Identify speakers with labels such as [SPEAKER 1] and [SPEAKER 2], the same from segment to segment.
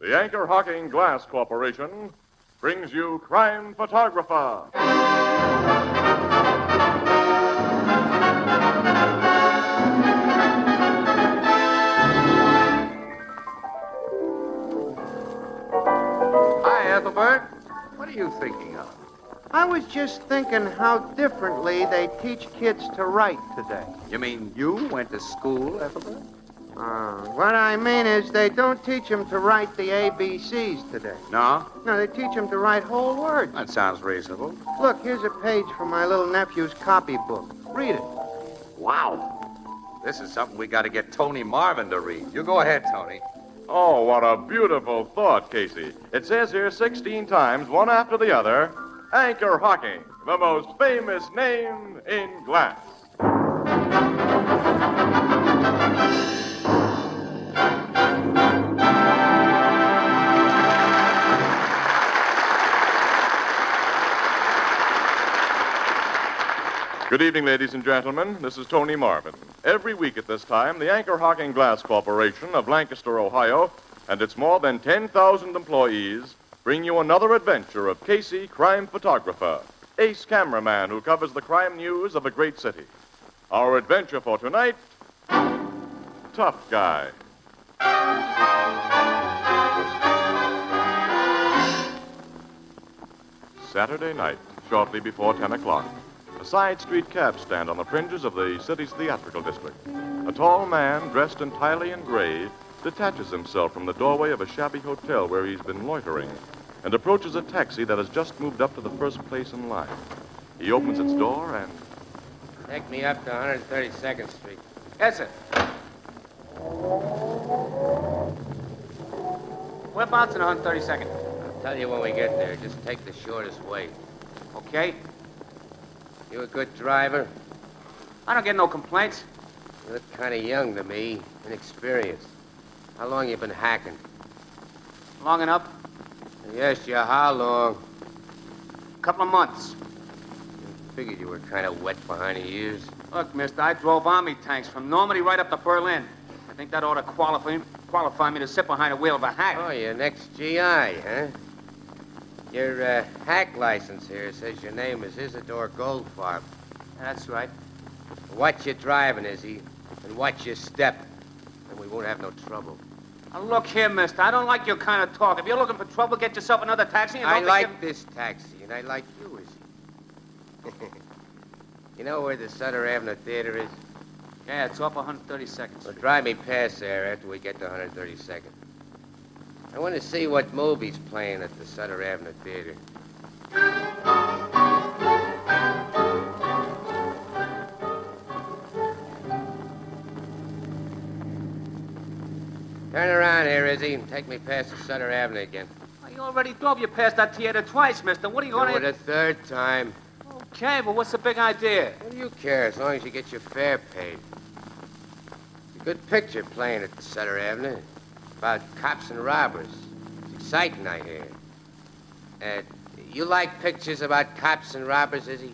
[SPEAKER 1] The Anchor Hocking Glass Corporation brings you Crime Photographer.
[SPEAKER 2] Hi, Ethelbert. What are you thinking of?
[SPEAKER 3] I was just thinking how differently they teach kids to write today.
[SPEAKER 2] You mean you went to school, Ethelbert?
[SPEAKER 4] Ah.
[SPEAKER 3] Uh, what I mean is they don't teach them to write the ABCs today.
[SPEAKER 2] No?
[SPEAKER 3] No, they teach them to write whole words.
[SPEAKER 2] That sounds reasonable.
[SPEAKER 3] Look, here's a page from my little nephew's copybook. Read it.
[SPEAKER 2] Wow. This is something we got to get Tony Marvin to read. You go ahead, Tony.
[SPEAKER 1] Oh, what a beautiful thought, Casey. It says here 16 times, one after the other Anchor Hocking, the most famous name in glass. Good evening, ladies and gentlemen. This is Tony Marvin. Every week at this time, the Anchor Hocking Glass Corporation of Lancaster, Ohio, and its more than 10,000 employees bring you another adventure of Casey, crime photographer, ace cameraman who covers the crime news of a great city. Our adventure for tonight Tough Guy. Saturday night, shortly before 10 o'clock. A side street cab stand on the fringes of the city's theatrical district. A tall man, dressed entirely in gray, detaches himself from the doorway of a shabby hotel where he's been loitering and approaches a taxi that has just moved up to the first place in line. He opens its door and.
[SPEAKER 4] Take me up to 132nd Street. Yes, sir.
[SPEAKER 5] Whereabouts in 132nd?
[SPEAKER 4] I'll tell you when we get there. Just take the shortest way.
[SPEAKER 5] Okay.
[SPEAKER 4] You a good driver?
[SPEAKER 5] I don't get no complaints.
[SPEAKER 4] You look kind of young to me, inexperienced. How long you been hacking?
[SPEAKER 5] Long enough?
[SPEAKER 4] Yes, you. How long?
[SPEAKER 5] Couple of months.
[SPEAKER 4] Figured you were kind of wet behind the ears.
[SPEAKER 5] Look, mister, I drove army tanks from Normandy right up to Berlin. I think that ought to qualify, qualify me to sit behind the wheel of a
[SPEAKER 4] Oh,
[SPEAKER 5] hack.
[SPEAKER 4] you're an ex-GI, huh? Your uh, hack license here says your name is Isidore Goldfarb.
[SPEAKER 5] That's right.
[SPEAKER 4] Watch your driving, Izzy, and watch your step, and we won't have no trouble.
[SPEAKER 5] Now, look here, mister, I don't like your kind of talk. If you're looking for trouble, get yourself another taxi and
[SPEAKER 4] I
[SPEAKER 5] don't be
[SPEAKER 4] like
[SPEAKER 5] giving-
[SPEAKER 4] this taxi, and I like you, Izzy. you know where the Sutter Avenue Theater is?
[SPEAKER 5] Yeah, it's off 132nd
[SPEAKER 4] Well,
[SPEAKER 5] Street.
[SPEAKER 4] drive me past there after we get to 132nd. I want to see what movie's playing at the Sutter Avenue Theater. Turn around here, Izzy, and take me past the Sutter Avenue again.
[SPEAKER 5] Well, You already drove you past that theater twice, mister. What are you
[SPEAKER 4] Do
[SPEAKER 5] going
[SPEAKER 4] it
[SPEAKER 5] to...
[SPEAKER 4] a third time.
[SPEAKER 5] Okay, but what's the big idea?
[SPEAKER 4] What do you care as long as you get your fare paid? It's a good picture playing at the Sutter Avenue. About cops and robbers. It's exciting, I hear. Uh, you like pictures about cops and robbers, Izzy?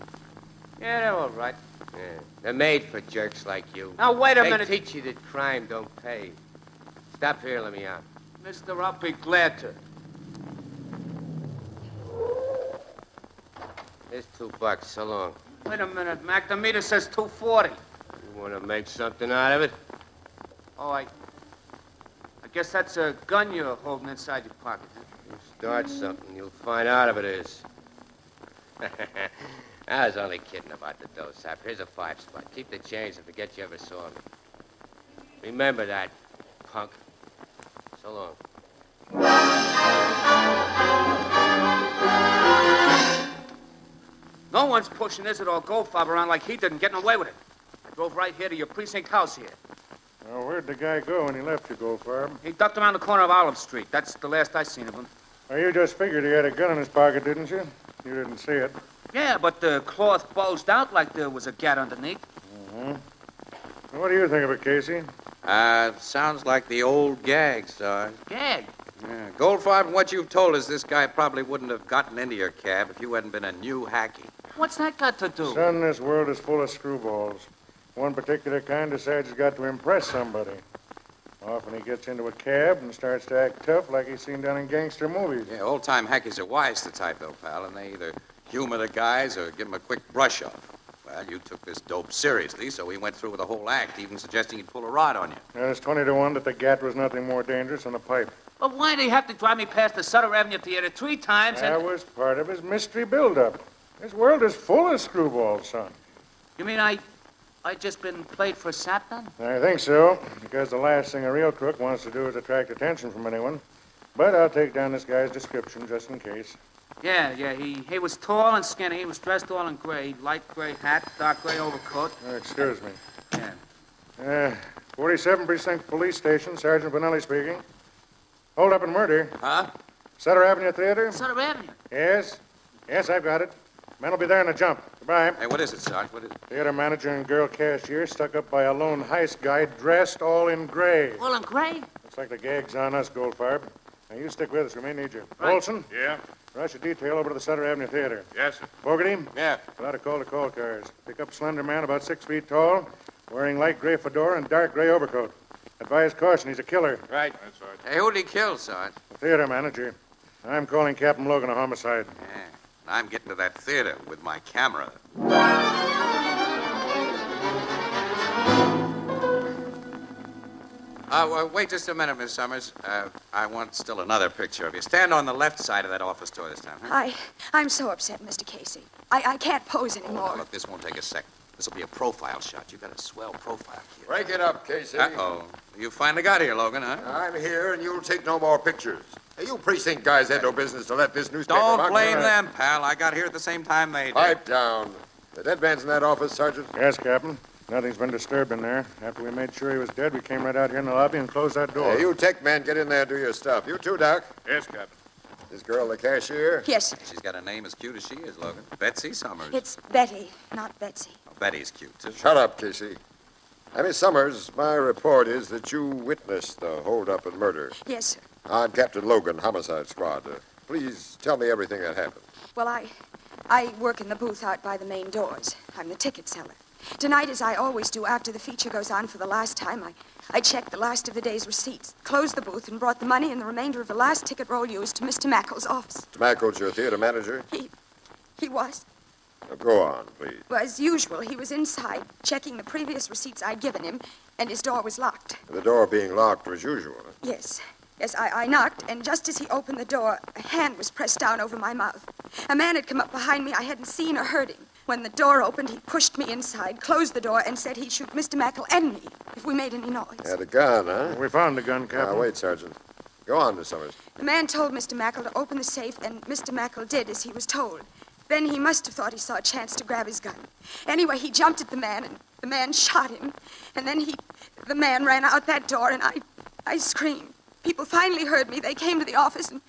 [SPEAKER 5] Yeah, they're all right.
[SPEAKER 4] Yeah. They're made for jerks like you.
[SPEAKER 5] Now, wait a
[SPEAKER 4] they
[SPEAKER 5] minute.
[SPEAKER 4] teach you that crime don't pay. Stop here, let me out.
[SPEAKER 5] Mister, I'll be glad to.
[SPEAKER 4] Here's two bucks. So long.
[SPEAKER 5] Wait a minute, Mac. The meter says 240.
[SPEAKER 4] You want to make something out of it?
[SPEAKER 5] Oh, I. I guess that's a gun you're holding inside your pocket. huh?
[SPEAKER 4] You start something, you'll find out if it is. I was only kidding about the dough sap. Here's a five spot. Keep the change and forget you ever saw me. Remember that, punk. So long.
[SPEAKER 5] No one's pushing Isidore Goldfarb around like he did and getting away with it. I drove right here to your precinct house here.
[SPEAKER 6] Now, where'd the guy go when he left you, Goldfarb?
[SPEAKER 5] He ducked around the corner of Olive Street. That's the last I seen of him.
[SPEAKER 6] Well, you just figured he had a gun in his pocket, didn't you? You didn't see it.
[SPEAKER 5] Yeah, but the cloth bulged out like there was a gat underneath.
[SPEAKER 6] Well, what do you think of it, Casey?
[SPEAKER 2] Uh, sounds like the old gag, Sarge.
[SPEAKER 5] Gag.
[SPEAKER 2] Yeah. Goldfarb, what you've told us, this guy probably wouldn't have gotten into your cab if you hadn't been a new hacky.
[SPEAKER 5] What's that got to do?
[SPEAKER 6] Son, this world is full of screwballs. One particular kind decides he's got to impress somebody. Often he gets into a cab and starts to act tough like he's seen done in gangster movies.
[SPEAKER 2] Yeah, old time hackies are wise to type, though, pal, and they either humor the guys or give them a quick brush off. Well, you took this dope seriously, so he went through with the whole act, even suggesting he'd pull a rod on you.
[SPEAKER 6] And it's 20 to 1 that the gat was nothing more dangerous than a pipe.
[SPEAKER 5] But why do you have to drive me past the Sutter Avenue Theater three times?
[SPEAKER 6] That was part of his mystery buildup. This world is full of screwballs, son.
[SPEAKER 5] You mean I, I just been played for sap then?
[SPEAKER 6] I think so, because the last thing a real crook wants to do is attract attention from anyone. But I'll take down this guy's description just in case.
[SPEAKER 5] Yeah, yeah. He he was tall and skinny. He was dressed all in gray, light gray hat, dark gray overcoat.
[SPEAKER 6] Uh, excuse me.
[SPEAKER 5] Yeah.
[SPEAKER 6] Uh, 47 Precinct Police Station, Sergeant Benelli speaking. Hold up and murder.
[SPEAKER 2] Huh?
[SPEAKER 6] Sutter Avenue Theater?
[SPEAKER 5] Sutter Avenue.
[SPEAKER 6] Yes. Yes, I've got it. Men will be there in a jump. Goodbye.
[SPEAKER 2] Hey, what is it, Sarge? What is it?
[SPEAKER 6] Theater manager and girl cashier stuck up by a lone heist guy dressed all in gray.
[SPEAKER 5] All in gray?
[SPEAKER 6] Looks like the gag's on us, Goldfarb. Now, you stick with us. We may need you.
[SPEAKER 5] Right.
[SPEAKER 6] Olson,
[SPEAKER 1] Yeah?
[SPEAKER 6] rush a detail over to the Sutter Avenue Theater.
[SPEAKER 1] Yes, sir.
[SPEAKER 6] Fogarty,
[SPEAKER 2] Yeah.
[SPEAKER 6] fill out a call to call cars. Pick up slender man about six feet tall, wearing light gray fedora and dark gray overcoat. Advise caution. He's a killer.
[SPEAKER 2] Right.
[SPEAKER 1] That's right.
[SPEAKER 2] Hey, who'd he kill, Sarge?
[SPEAKER 6] The theater manager. I'm calling Captain Logan a homicide.
[SPEAKER 2] Yeah. And I'm getting to that theater with my camera. Uh, well, wait just a minute, Miss Summers. Uh, I want still another picture of you. Stand on the left side of that office door this time. Huh?
[SPEAKER 7] I, I'm so upset, Mr. Casey. I, I can't pose
[SPEAKER 2] Now,
[SPEAKER 7] anymore.
[SPEAKER 2] Look, this won't take a second. This will be a profile shot. You got a swell profile, kid.
[SPEAKER 8] Break it up, Casey.
[SPEAKER 2] Uh-oh. You finally got here, Logan, huh?
[SPEAKER 8] I'm here, and you'll take no more pictures. Hey, you precinct guys had no business to let this newspaper.
[SPEAKER 2] Don't
[SPEAKER 8] monkey-
[SPEAKER 2] blame them, pal. I got here at the same time they did.
[SPEAKER 8] Pipe down. The dead man's in that office, Sergeant.
[SPEAKER 6] Yes, Captain. Nothing's been disturbed in there. After we made sure he was dead, we came right out here in the lobby and closed that door.
[SPEAKER 8] Hey, you tech man, get in there and do your stuff. You too, Doc.
[SPEAKER 1] Yes, Captain.
[SPEAKER 8] This girl, the cashier.
[SPEAKER 7] Yes, sir.
[SPEAKER 2] She's got a name as cute as she is, Logan. Betsy Summers.
[SPEAKER 7] It's Betty, not Betsy.
[SPEAKER 2] Oh, Betty's cute, too.
[SPEAKER 8] Shut up, Casey. I Miss Summers, my report is that you witnessed the holdup and murder.
[SPEAKER 7] Yes, sir.
[SPEAKER 8] I'm Captain Logan, Homicide Squad. Uh, please tell me everything that happened.
[SPEAKER 7] Well, I, I work in the booth out by the main doors. I'm the ticket seller. Tonight, as I always do after the feature goes on for the last time, I, I checked the last of the day's receipts, closed the booth, and brought the money and the remainder of the last ticket roll used to Mr. Mackle's office.
[SPEAKER 8] Tobacco's your theater manager?
[SPEAKER 7] He was,
[SPEAKER 8] Now, go on, please.
[SPEAKER 7] well, as usual, he was inside checking the previous receipts I'd given him, and his door was locked.
[SPEAKER 8] The door being locked was usual.
[SPEAKER 7] Yes. Yes, I, I knocked, and just as he opened the door, a hand was pressed down over my mouth. A man had come up behind me. I hadn't seen or heard him. When the door opened, he pushed me inside, closed the door, and said he'd shoot Mr. Mackle and me if we made any noise.
[SPEAKER 8] Had a gun, huh?
[SPEAKER 6] We found the gun, Captain.
[SPEAKER 8] Now, wait, Sergeant. Go on, Miss Summers.
[SPEAKER 7] The man told Mr. Mackle to open the safe, and Mr. Mackle did as he was told. Then he must have thought he saw a chance to grab his gun. Anyway, he jumped at the man, and the man shot him. And then he, the man ran out that door, and I, I screamed. People finally heard me. They came to the office, and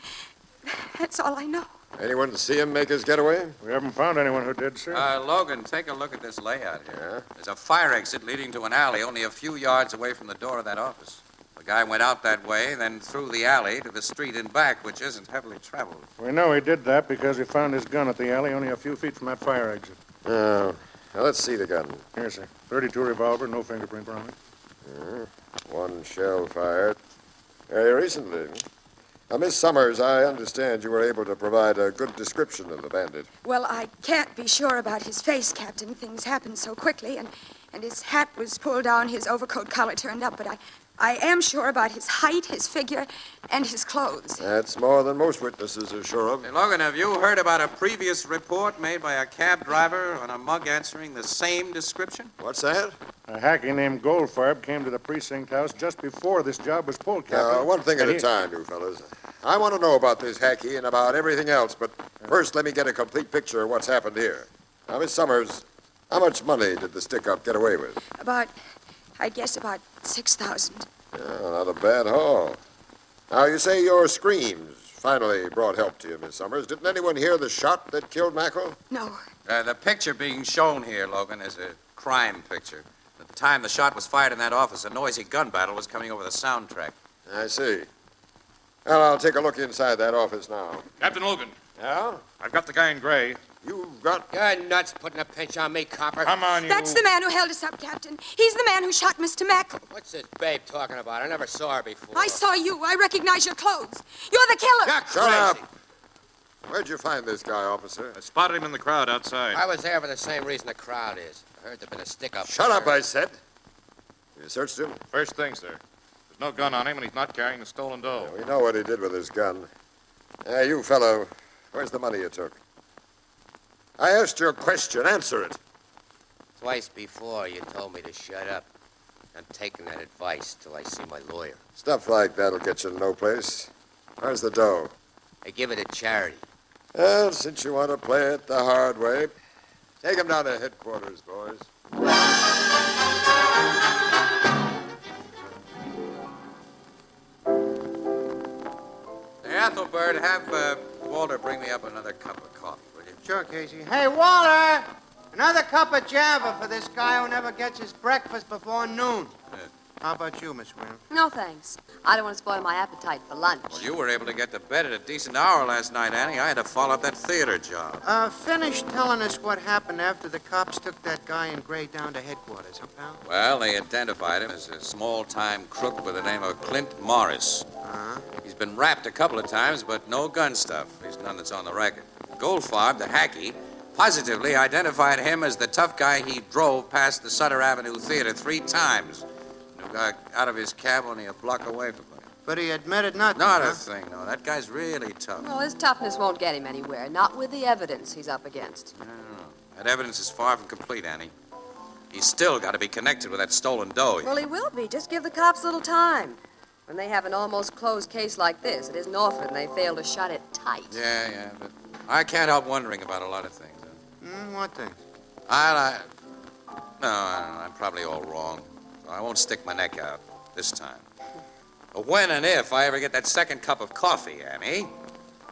[SPEAKER 7] that's all I know.
[SPEAKER 8] Anyone see him make his getaway?
[SPEAKER 6] We haven't found anyone who did, sir.
[SPEAKER 2] Uh, Logan, take a look at this layout here. There's a fire exit leading to an alley only a few yards away from the door of that office. The guy went out that way, then through the alley to the street in back, which isn't heavily traveled.
[SPEAKER 6] we know he did that because we found his gun at the alley only a few feet from that fire exit.
[SPEAKER 8] No. Now, let's see the gun.
[SPEAKER 6] Here, sir. 32 revolver, no fingerprint on it.
[SPEAKER 8] One shell fired. Very recently. Now, Miss Summers, I understand you were able to provide a good description of the bandit.
[SPEAKER 7] Well, I can't be sure about his face, Captain. Things happened so quickly, and, and his hat was pulled down, his overcoat collar turned up, but I, I am sure about his height, his figure, and his clothes.
[SPEAKER 8] That's more than most witnesses are sure of.
[SPEAKER 2] Hey, Logan, have you heard about a previous report made by a cab driver on a mug answering the same description?
[SPEAKER 8] What's that? Uh,
[SPEAKER 6] A hacky named Goldfarb came to the precinct house just before this job was pulled, Captain.
[SPEAKER 8] Now, Uh, one thing at
[SPEAKER 6] And
[SPEAKER 8] a
[SPEAKER 6] he-
[SPEAKER 8] time, you fellas. I want to know about this hacky and about everything else, but first let me get a complete picture of what's happened here. Now, Miss Summers, how much money did the stick-up get away with?
[SPEAKER 7] About, I guess, about 6,000.
[SPEAKER 8] Oh, not a bad haul. Now, you say your screams finally brought help to you, Miss Summers. Didn't anyone hear the shot that killed Mackerel?
[SPEAKER 7] No,
[SPEAKER 2] Uh, the picture being shown here, Logan, is a crime picture. At the time the shot was fired in that office, a noisy gun battle was coming over the soundtrack.
[SPEAKER 8] I see. Well, I'll take a look inside that office now.
[SPEAKER 1] Captain Logan,
[SPEAKER 8] Yeah?
[SPEAKER 1] I've got the guy in gray.
[SPEAKER 8] You've got.
[SPEAKER 4] You're nuts putting a pinch on me, copper.
[SPEAKER 6] Come on, you.
[SPEAKER 7] That's the man who held us up, Captain. He's the man who shot Mr. Mackle.
[SPEAKER 4] What's this babe talking about? I never saw her before.
[SPEAKER 7] I saw you. I recognize your clothes. You're the killer.
[SPEAKER 4] You're
[SPEAKER 8] Shut up.
[SPEAKER 4] crazy.
[SPEAKER 8] Where'd you find this guy, officer?
[SPEAKER 2] I spotted him in the crowd outside.
[SPEAKER 4] I was there for the same reason the crowd is. I heard there'd been a stick up.
[SPEAKER 8] Shut up, I said. You searched him?
[SPEAKER 2] First thing, sir. There's no gun on him, and he's not carrying the stolen dough.
[SPEAKER 8] We know what he did with his gun. Hey, you fellow, where's the money you took? I asked you a question. Answer it.
[SPEAKER 4] Twice before you told me to shut up. I'm taking that advice till I see my lawyer.
[SPEAKER 8] Stuff like that'll get you no place. Where's the dough?
[SPEAKER 4] I give it to charity.
[SPEAKER 8] Well, since you want to play it the hard way, take him down to headquarters, boys.
[SPEAKER 2] Hey, Ethelbert, have uh, Walter bring me up another cup of coffee, will you?
[SPEAKER 3] Sure, Casey. Hey, Walter! Another cup of java for this guy who never gets his breakfast before noon. How about you, Miss Whalen?
[SPEAKER 9] No, thanks. I don't want to spoil my appetite for lunch.
[SPEAKER 2] Well, you were able to get to bed at a decent hour last night, Annie. I had to follow up that theater job.
[SPEAKER 3] Uh, finish telling us what happened after the cops took that guy in gray down to headquarters, huh, pal?
[SPEAKER 2] Well, they identified him as a small-time crook by the name of Clint Morris.
[SPEAKER 3] Uh-huh.
[SPEAKER 2] He's been rapped a couple of times, but no gun stuff. At least none that's on the record. Goldfarb, the hacky, positively identified him as the tough guy he drove past the Sutter Avenue Theater three times. And who got out of his cab only a block away from him.
[SPEAKER 3] But he admitted nothing.
[SPEAKER 2] Not
[SPEAKER 3] huh?
[SPEAKER 2] a thing, no. That guy's really tough.
[SPEAKER 9] Well, his toughness won't get him anywhere, not with the evidence he's up against.
[SPEAKER 2] That evidence is far from complete, Annie. He's still got to be connected with that stolen dough.
[SPEAKER 9] Well, he will be. Just give the cops a little time. When they have an almost closed case like this, it isn't often they fail to shut it tight.
[SPEAKER 2] Yeah, yeah, but I can't help wondering about a lot of things.
[SPEAKER 3] Mm, what thing?
[SPEAKER 2] I, I no, I don't know. I'm probably all wrong. So I won't stick my neck out this time. But when and if I ever get that second cup of coffee, Annie,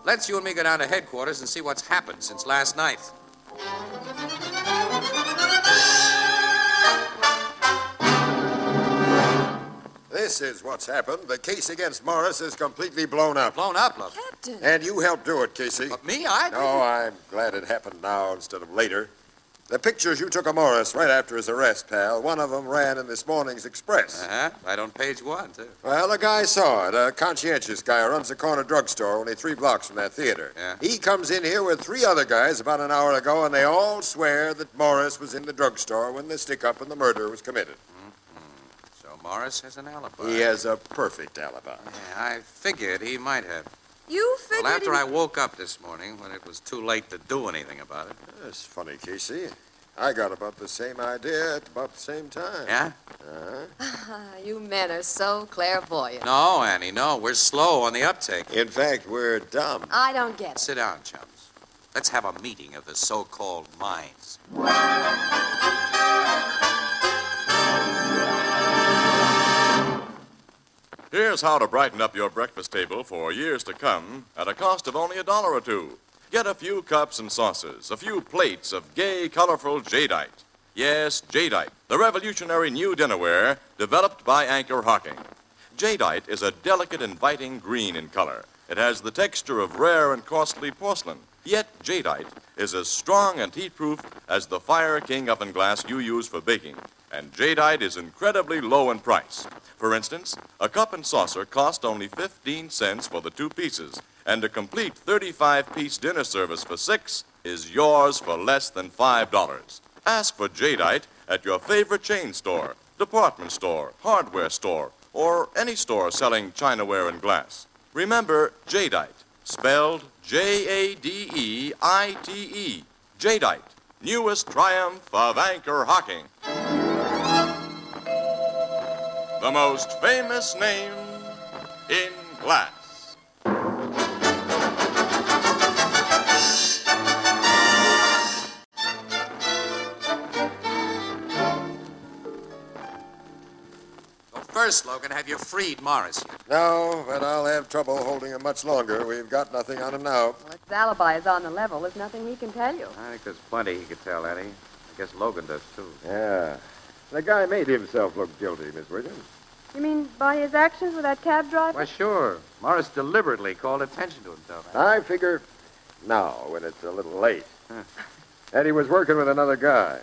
[SPEAKER 2] let's you and me go down to headquarters and see what's happened since last night.
[SPEAKER 8] This is what's happened. The case against Morris is completely blown up.
[SPEAKER 2] Blown up, love.
[SPEAKER 9] Captain!
[SPEAKER 8] And you helped do it, Casey.
[SPEAKER 2] But me, I didn't.
[SPEAKER 8] No, I'm glad it happened now instead of later. The pictures you took of Morris right after his arrest, pal, one of them ran in this morning's Express.
[SPEAKER 2] Uh-huh. Right on page one, too.
[SPEAKER 8] Well, a guy saw it, a conscientious guy who runs a corner drugstore only three blocks from that theater.
[SPEAKER 2] Yeah.
[SPEAKER 8] He comes in here with three other guys about an hour ago, and they all swear that Morris was in the drugstore when the stick up and the murder was committed.
[SPEAKER 2] So Morris has an alibi.
[SPEAKER 8] He has a perfect alibi.
[SPEAKER 2] Yeah, I figured he might have.
[SPEAKER 9] You figured
[SPEAKER 2] Well, after
[SPEAKER 9] he-
[SPEAKER 2] I woke up this morning, when it was too late to do anything about it.
[SPEAKER 8] That's funny, Casey. I got about the same idea at about the same time.
[SPEAKER 2] Yeah?
[SPEAKER 8] Uh-huh.
[SPEAKER 9] Ah, you men are so clairvoyant.
[SPEAKER 2] No, Annie, no. We're slow on the uptake.
[SPEAKER 8] In fact, we're dumb.
[SPEAKER 9] I don't get it.
[SPEAKER 2] Sit down, chums. Let's have a meeting of the so-called minds.
[SPEAKER 1] Here's how to brighten up your breakfast table for years to come at a cost of only a dollar or two. Get a few cups and saucers, a few plates of gay, colorful jadeite. Yes, jadeite, the revolutionary new dinnerware developed by Anchor Hocking. Jadeite is a delicate, inviting green in color. It has the texture of rare and costly porcelain. Yet jadeite is as strong and heat-proof as the Fire King oven glass you use for baking. And jadeite is incredibly low in price. For instance, a cup and saucer cost only 15 cents for the two pieces, and a complete 35-piece dinner service for six is yours for less than $5. Ask for jadeite at your favorite chain store, department store, hardware store, or any store selling chinaware and glass. Remember jadeite, spelled E J-A-D-E-I-T-E. Jadeite, E. newest triumph of anchor hocking. The most famous name in glass.
[SPEAKER 2] Well, first, Logan, have you freed Morris yet?
[SPEAKER 8] No, but I'll have trouble holding him much longer. We've got nothing on him now.
[SPEAKER 9] Well, if the alibi is on the level, there's nothing he can tell you.
[SPEAKER 2] I think there's plenty he could tell, Annie. I guess Logan does, too.
[SPEAKER 8] Yeah. The guy made himself look guilty, Miss Williams.
[SPEAKER 10] You mean by his actions with that cab driver?
[SPEAKER 5] Why, sure. Morris deliberately called attention to himself.
[SPEAKER 8] I figure Now, when it's a little late. And he was working with another guy.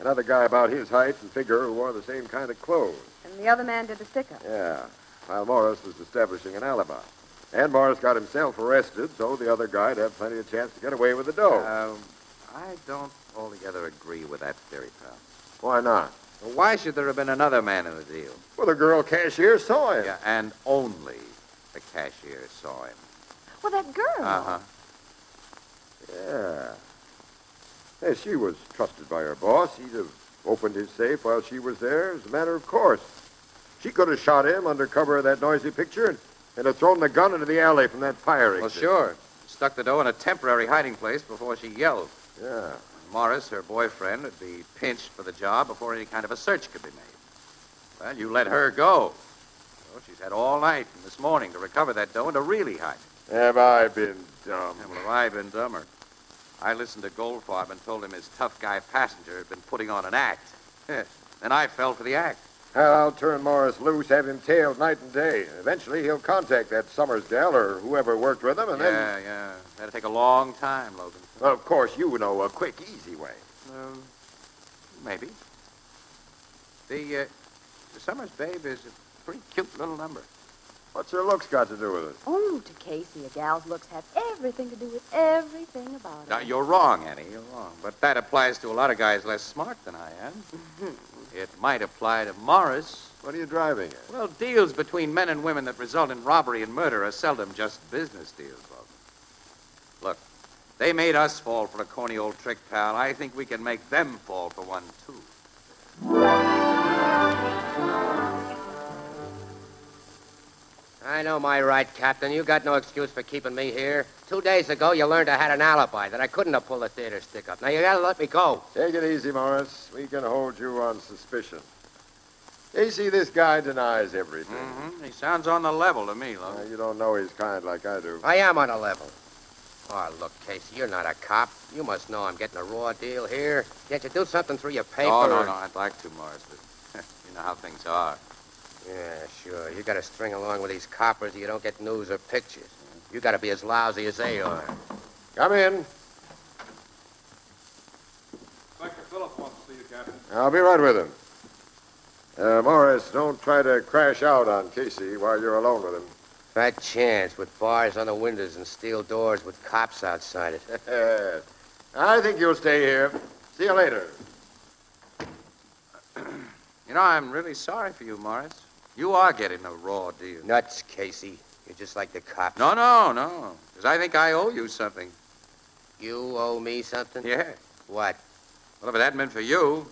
[SPEAKER 8] Another guy about his height and figure who wore the same kind of clothes.
[SPEAKER 11] And the other man did the stick up.
[SPEAKER 8] Yeah. While Morris was establishing an alibi. And Morris got himself arrested, so the other guy'd have plenty of chance to get away with the dough.
[SPEAKER 2] Um, I don't altogether agree with that theory, pal.
[SPEAKER 8] Why not?
[SPEAKER 2] Well, why should there have been another man in the deal?
[SPEAKER 8] Well, the girl cashier saw him.
[SPEAKER 2] Yeah, and only the cashier saw him.
[SPEAKER 9] Well, that girl.
[SPEAKER 2] Uh huh.
[SPEAKER 8] Yeah. Yeah, she was trusted by her boss. He'd have opened his safe while she was there as a matter of course. She could have shot him under cover of that noisy picture and, and have thrown the gun into the alley from that fire exit.
[SPEAKER 2] Well, sure. Stuck the dough in a temporary hiding place before she yelled.
[SPEAKER 8] Yeah.
[SPEAKER 2] Morris, her boyfriend, would be pinched for the job before any kind of a search could be made. Well, you let her go. Well, she's had all night and this morning to recover that dough and to really hide it.
[SPEAKER 8] Have I been dumb?
[SPEAKER 2] Yeah, well, have I been dumber? I listened to Goldfarb and told him his tough guy passenger had been putting on an act. then I fell for the act.
[SPEAKER 8] I'll turn Morris loose, have him tailed night and day. Eventually, he'll contact that Summers gal or whoever worked with him, and
[SPEAKER 2] yeah,
[SPEAKER 8] then.
[SPEAKER 2] yeah. That'll take a long time, Logan.
[SPEAKER 8] Well, of course, you know a quick, easy way.
[SPEAKER 2] Um, maybe. The, uh, the Summers babe is a pretty cute little number.
[SPEAKER 8] What's her looks got to do with it?
[SPEAKER 9] Oh, to Casey, a gal's looks have everything to do with everything about it.
[SPEAKER 2] Now, you're wrong, Annie. You're wrong. But that applies to a lot of guys less smart than I am. it might apply to Morris.
[SPEAKER 8] What are you driving at?
[SPEAKER 2] Well, deals between men and women that result in robbery and murder are seldom just business deals, Logan. Look, they made us fall for a corny old trick, pal. I think we can make them fall for one, too.
[SPEAKER 4] I know my right, Captain. You got no excuse for keeping me here. Two days ago, you learned I had an alibi, that I couldn't have pulled the theater stick up. Now, you gotta let me go.
[SPEAKER 8] Take it easy, Morris. We can hold you on suspicion. Casey, this guy denies everything.
[SPEAKER 2] Mm-hmm. He sounds on the level to me, Logan.
[SPEAKER 8] Now, you don't know his kind like I do.
[SPEAKER 4] I am on a level. Oh, look, Casey, you're not a cop. You must know I'm getting a raw deal here. Can't you do something through your paper?
[SPEAKER 2] Oh, no,
[SPEAKER 4] or-
[SPEAKER 2] no, I'd like to, Morris, but you know how things are.
[SPEAKER 4] Yeah, sure. You gotta string along with these coppers or you don't get news or pictures. You gotta be as lousy as they are.
[SPEAKER 8] Come in.
[SPEAKER 6] Inspector Phillips wants to see you, Captain.
[SPEAKER 8] I'll be right with him. Uh, Morris, don't try to crash out on Casey while you're alone with him.
[SPEAKER 4] Fat chance with bars on the windows and steel doors with cops outside it.
[SPEAKER 8] I think you'll stay here. See you later.
[SPEAKER 2] You know, I'm really sorry for you, Morris. You are getting a raw deal.
[SPEAKER 4] Nuts, Casey. You're just like the cops.
[SPEAKER 2] No, no, no. Because I think I owe you something.
[SPEAKER 4] You owe me something?
[SPEAKER 2] Yeah.
[SPEAKER 4] What?
[SPEAKER 2] Well, if it hadn't been for you,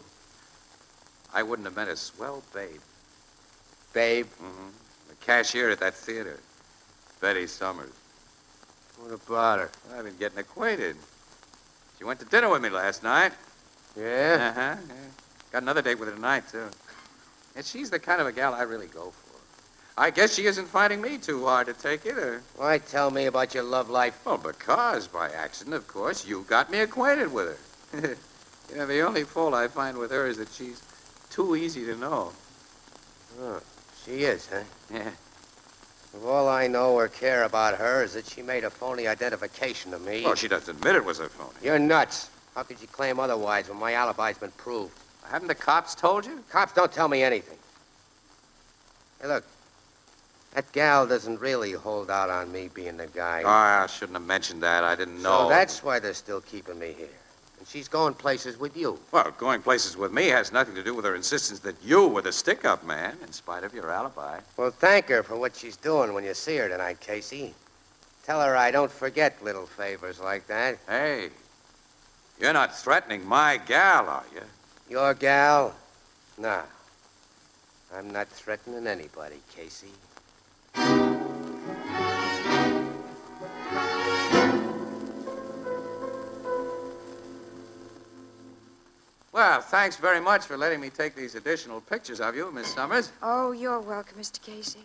[SPEAKER 2] I wouldn't have met a swell babe.
[SPEAKER 4] Babe?
[SPEAKER 2] Mm-hmm. The cashier at that theater, Betty Summers.
[SPEAKER 4] What about her?
[SPEAKER 2] I've been getting acquainted. She went to dinner with me last night.
[SPEAKER 4] Yeah?
[SPEAKER 2] Uh-huh. yeah. Got another date with her tonight, too. And she's the kind of a gal I really go for. I guess she isn't finding me too hard to take either.
[SPEAKER 4] Why tell me about your love life?
[SPEAKER 2] Well, because by accident, of course, you got me acquainted with her. you know, the only fault I find with her is that she's too easy to know.
[SPEAKER 4] Oh, she is, huh?
[SPEAKER 2] Yeah.
[SPEAKER 4] If all I know or care about her is that she made a phony identification of me.
[SPEAKER 2] Well, she doesn't admit it was her phony.
[SPEAKER 4] You're nuts. How could you claim otherwise when my alibi's been proved?
[SPEAKER 2] Haven't the cops told you?
[SPEAKER 4] Cops don't tell me anything. Hey, look. That gal doesn't really hold out on me being the guy.
[SPEAKER 2] Oh, I shouldn't have mentioned that. I didn't know.
[SPEAKER 4] So that's why they're still keeping me here. And she's going places with you.
[SPEAKER 2] Well, going places with me has nothing to do with her insistence that you were the stick-up man, in spite of your alibi.
[SPEAKER 4] Well, thank her for what she's doing when you see her tonight, Casey. Tell her I don't forget little favors like that.
[SPEAKER 2] Hey, you're not threatening my gal, are you?
[SPEAKER 4] Your gal? No. I'm not threatening anybody, Casey.
[SPEAKER 2] Well, thanks very much for letting me take these additional pictures of you, Miss Summers.
[SPEAKER 7] Oh, you're welcome, Mr. Casey.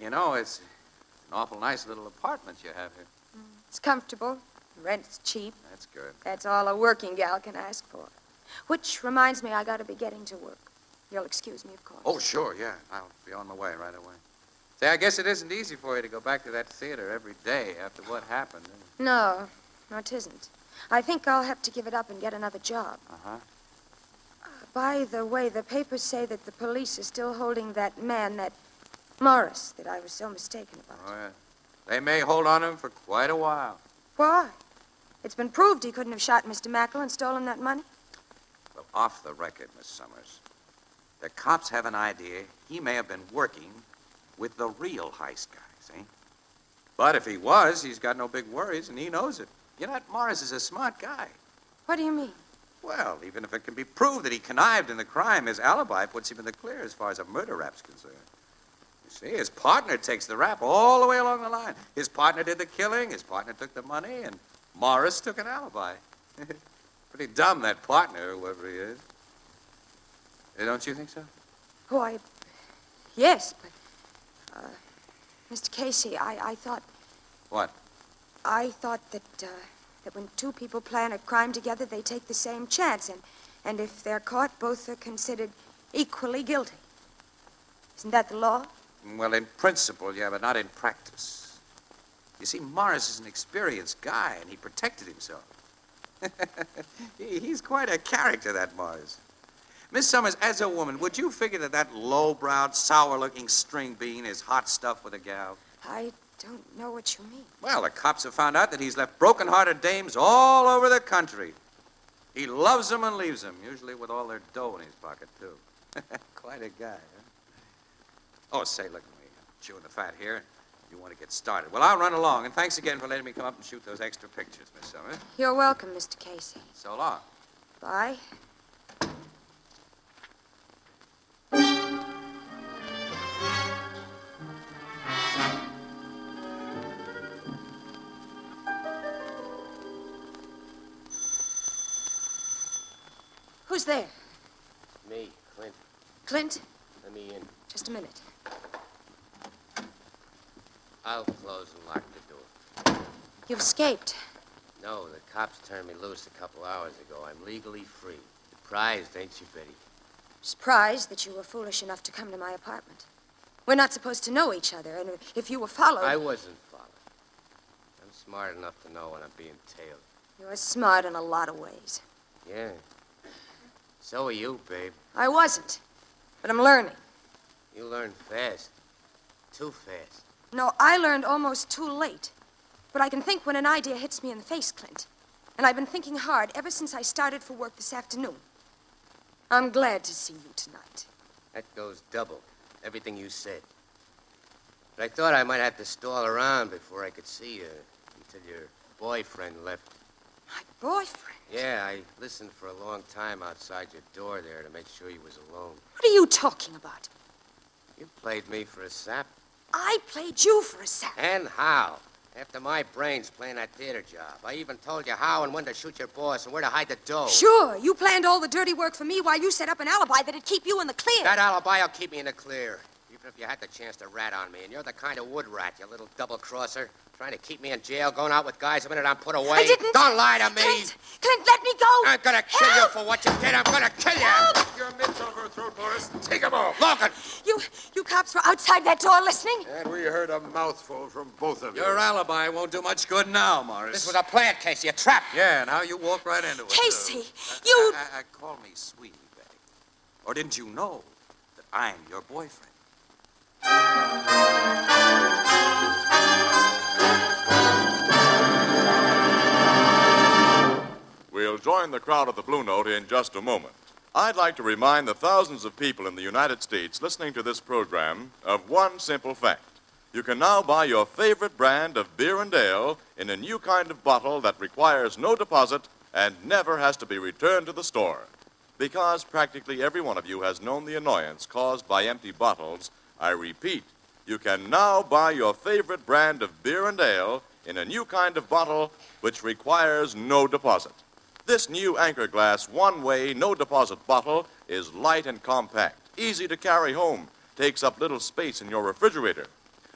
[SPEAKER 2] You know, it's an awful nice little apartment you have here.
[SPEAKER 7] It's comfortable. Rent's cheap.
[SPEAKER 2] That's good.
[SPEAKER 7] That's all a working gal can ask for. Which reminds me, I gotta be getting to work. You'll excuse me, of course.
[SPEAKER 2] Oh, sure, yeah. I'll be on my way right away. Say, I guess it isn't easy for you to go back to that theater every day after what happened.
[SPEAKER 7] No. No, it isn't. I think I'll have to give it up and get another job.
[SPEAKER 10] Uh
[SPEAKER 2] Uh-huh.
[SPEAKER 10] huh.
[SPEAKER 7] By the way, the papers say that the police are still holding that man, that Morris, that I was so mistaken about.
[SPEAKER 2] Oh, yeah. They may hold on him for quite a while.
[SPEAKER 7] Why? It's been proved he couldn't have shot Mr. Mackel and stolen that money.
[SPEAKER 2] Well, off the record, Miss Summers. The cops have an idea he may have been working with the real heist guys, eh? But if he was, he's got no big worries, and he knows it. You know, that Morris is a smart guy.
[SPEAKER 7] What do you mean?
[SPEAKER 2] Well, even if it can be proved that he connived in the crime, his alibi puts him in the clear as far as a murder rap's concerned. You see, his partner takes the rap all the way along the line. His partner did the killing, his partner took the money, and Morris took an alibi. Pretty dumb, that partner, whoever he is. Eh, Don't you think so?
[SPEAKER 7] Why, yes, but, uh, Mr. Casey, I, I thought,
[SPEAKER 2] What?
[SPEAKER 7] I thought that, uh, that when two people plan a crime together, they take the same chance, and, and if they're caught, both are considered equally guilty. Isn't that the law?
[SPEAKER 2] Well, in principle, yeah, but not in practice. You see, Morris is an experienced guy, and he protected himself. He- He's quite a character, that Morris. Miss Summers, as a woman, would you figure that that low-browed, sour-looking string bean is hot stuff with a gal?
[SPEAKER 7] I don't know what you mean.
[SPEAKER 2] Well, the cops have found out that he's left broken-hearted dames all over the country. He loves them and leaves them, usually with all their dough in his pocket, too. Quite a guy, huh? Oh, say, look at me. I'm chewing the fat here. You want to get started. Well, I'll run along, and thanks again for letting me come up and shoot those extra pictures, Miss Summers.
[SPEAKER 7] You're welcome, Mr. Casey.
[SPEAKER 2] So long.
[SPEAKER 7] Bye. Who's there?
[SPEAKER 4] Me, Clint.
[SPEAKER 7] Clint?
[SPEAKER 4] Let me in.
[SPEAKER 7] Just a minute.
[SPEAKER 4] I'll close and lock the door.
[SPEAKER 7] You've escaped.
[SPEAKER 4] No, the cops turned me loose a couple hours ago. I'm legally free. Surprised, ain't you, Betty?
[SPEAKER 7] Surprised that you were foolish enough to come to my apartment. We're not supposed to know each other, and if you were followed.
[SPEAKER 4] I wasn't followed. I'm smart enough to know when I'm being tailed.
[SPEAKER 7] You're smart in a lot of ways.
[SPEAKER 4] Yeah. So are you, babe.
[SPEAKER 7] I wasn't, but I'm learning.
[SPEAKER 4] You learn fast. Too fast.
[SPEAKER 7] No, I learned almost too late. But I can think when an idea hits me in the face, Clint. And I've been thinking hard ever since I started for work this afternoon. I'm glad to see you tonight.
[SPEAKER 4] That goes double. Everything you said. But I thought I might have to stall around before I could see you until your boyfriend left.
[SPEAKER 7] Boyfriend,
[SPEAKER 4] Yeah, I listened for a long time outside your door there to make sure you was alone.
[SPEAKER 7] what are you talking about?
[SPEAKER 4] You played me for a sap.
[SPEAKER 7] I played you for a sap.
[SPEAKER 4] And how? After my brains playing that theater job. I even told you how and when to shoot your boss and where to hide the dough.
[SPEAKER 7] Sure, you planned all the dirty work for me while you set up an alibi that'd keep you in the clear.
[SPEAKER 4] That alibi will keep me in the clear. Even if you had the chance to rat on me, and you're the kind of wood rat, you little double crosser. Trying to keep me in jail, going out with guys the minute I'm put away.
[SPEAKER 7] didn't-
[SPEAKER 4] Don't lie to me!
[SPEAKER 7] Clint, Clint, let me go!
[SPEAKER 4] I'm gonna kill you for what you did. I'm gonna kill you!
[SPEAKER 8] Your mitts over her throat, Morris.
[SPEAKER 4] Take him off! Logan!
[SPEAKER 7] You, you cops were outside that door listening?
[SPEAKER 8] And we heard a mouthful from both of you.
[SPEAKER 2] Your alibi won't do much good now, Morris.
[SPEAKER 4] This was a plan, Casey, a trap.
[SPEAKER 2] Yeah, and how you walk right into it.
[SPEAKER 7] Casey,
[SPEAKER 2] uh,
[SPEAKER 7] you-
[SPEAKER 2] I, I- I- call me sweetie, Betty. Or didn't you know that I'm your boyfriend?
[SPEAKER 1] We'll join the crowd at the Blue Note in just a moment. I'd like to remind the thousands of people in the United States listening to this program of one simple fact. You can now buy your favorite brand of beer and ale in a new kind of bottle that requires no deposit and never has to be returned to the store. Because practically every one of you has known the annoyance caused by empty bottles, I repeat, you can now buy your favorite brand of beer and ale in a new kind of bottle which requires no deposit. This new Anchor Glass one way, no deposit bottle is light and compact, easy to carry home, takes up little space in your refrigerator.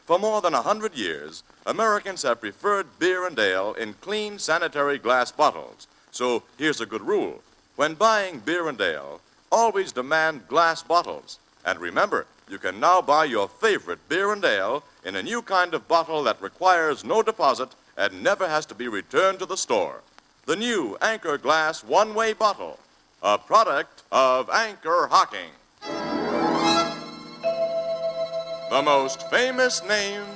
[SPEAKER 1] For more than a hundred years, Americans have preferred beer and ale in clean, sanitary glass bottles. So here's a good rule when buying beer and ale, always demand glass bottles. And remember, you can now buy your favorite beer and ale in a new kind of bottle that requires no deposit and never has to be returned to the store. The new Anchor Glass one way bottle, a product of Anchor Hocking. The most famous names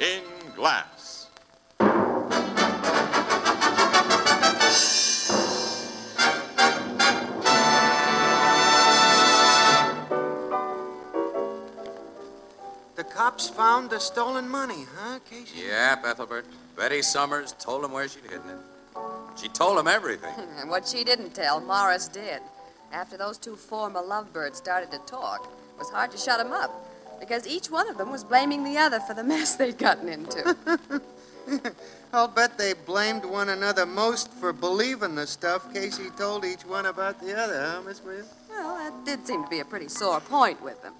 [SPEAKER 1] in glass.
[SPEAKER 3] The cops found the stolen money, huh, Casey?
[SPEAKER 2] Yeah, Ethelbert. Betty Summers told him where she'd hidden it. She told him everything.
[SPEAKER 9] and what she didn't tell, Morris did. After those two former lovebirds started to talk, it was hard to shut 'em up because each one of them was blaming the other for the mess they'd gotten into.
[SPEAKER 3] I'll bet they blamed one another most for believing the stuff Casey told each one about the other, huh, Miss Williams?
[SPEAKER 9] well, that did seem to be a pretty sore point with them.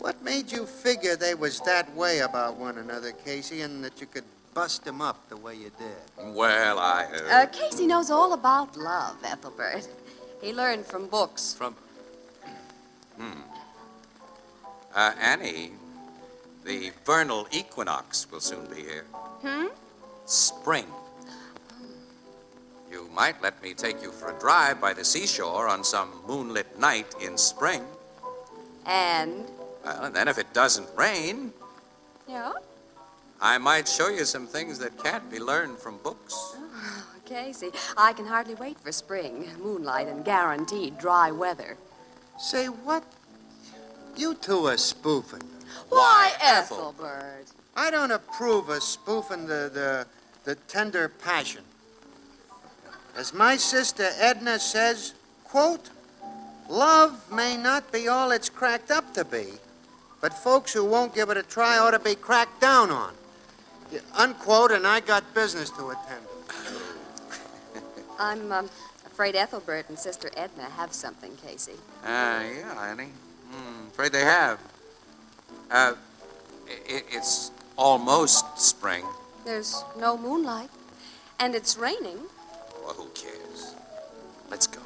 [SPEAKER 3] What made you figure they was that way about one another, Casey, and that you could bust them up the way you did?
[SPEAKER 2] Well, I.
[SPEAKER 7] Oh,
[SPEAKER 9] Uh, Casey knows all about love, Ethelbert. He learned from books.
[SPEAKER 2] From. Hmm. Uh, Annie, the vernal equinox will soon be here.
[SPEAKER 9] Hmm?
[SPEAKER 2] Spring. You might let me take you for a drive by the seashore on some moonlit night in spring.
[SPEAKER 9] And?
[SPEAKER 2] Well, and then if it doesn't rain,
[SPEAKER 9] Yeah?
[SPEAKER 2] I might show you some things that can't be learned from books.
[SPEAKER 9] Oh, Casey, I can hardly wait for spring, moonlight, and guaranteed dry weather.
[SPEAKER 3] Say what? You two are spoofing.
[SPEAKER 9] Why, Ethelbert?
[SPEAKER 3] I don't approve of spoofing the, the, the tender passion. As my sister Edna says, quote, love may not be all it's cracked up to be, but folks who won't give it a try ought to be cracked down on. Yeah, Unquote, and I got business to attend to.
[SPEAKER 9] I'm um, afraid Ethelbert and Sister Edna have something, Casey.
[SPEAKER 2] Uh, yeah, Annie. Hmm, afraid they have. Uh, it, it's almost spring.
[SPEAKER 9] There's no moonlight, and it's raining.
[SPEAKER 2] Well, who cares? Let's go.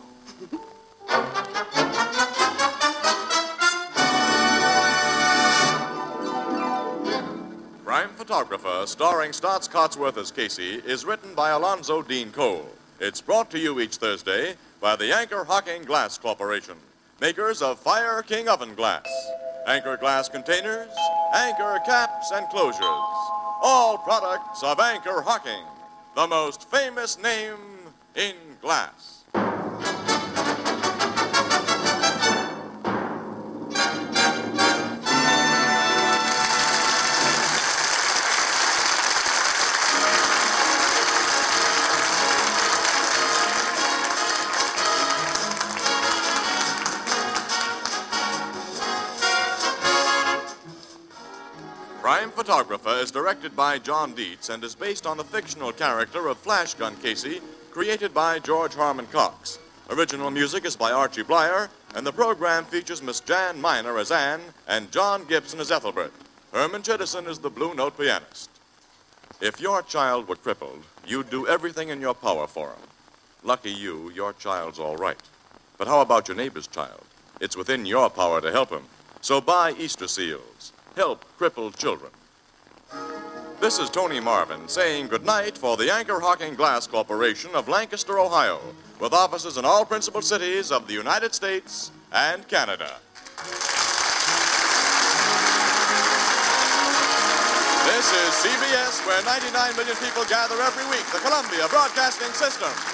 [SPEAKER 1] Crime Photographer, starring Stotts Cotsworth as Casey, is written by Alonzo Dean Cole. It's brought to you each Thursday by the Anchor Hocking Glass Corporation, makers of Fire King Oven Glass, Anchor Glass Containers, Anchor Caps and Closures, all products of Anchor Hocking, the most famous name in glass. Crime Photographer is directed by John Dietz and is based on the fictional character of Flash Gun Casey, created by George Harmon Cox. Original music is by Archie Blyer, and the program features Miss Jan Miner as Anne and John Gibson as Ethelbert. Herman Chittison is the Blue Note pianist. If your child were crippled, you'd do everything in your power for him. Lucky you, your child's all right. But how about your neighbor's child? It's within your power to help him. So buy Easter seals. Help crippled children. This is Tony Marvin saying goodnight for the Anchor Hocking Glass Corporation of Lancaster, Ohio, with offices in all principal cities of the United States and Canada. This is CBS, where 99 million people gather every week, the Columbia Broadcasting System.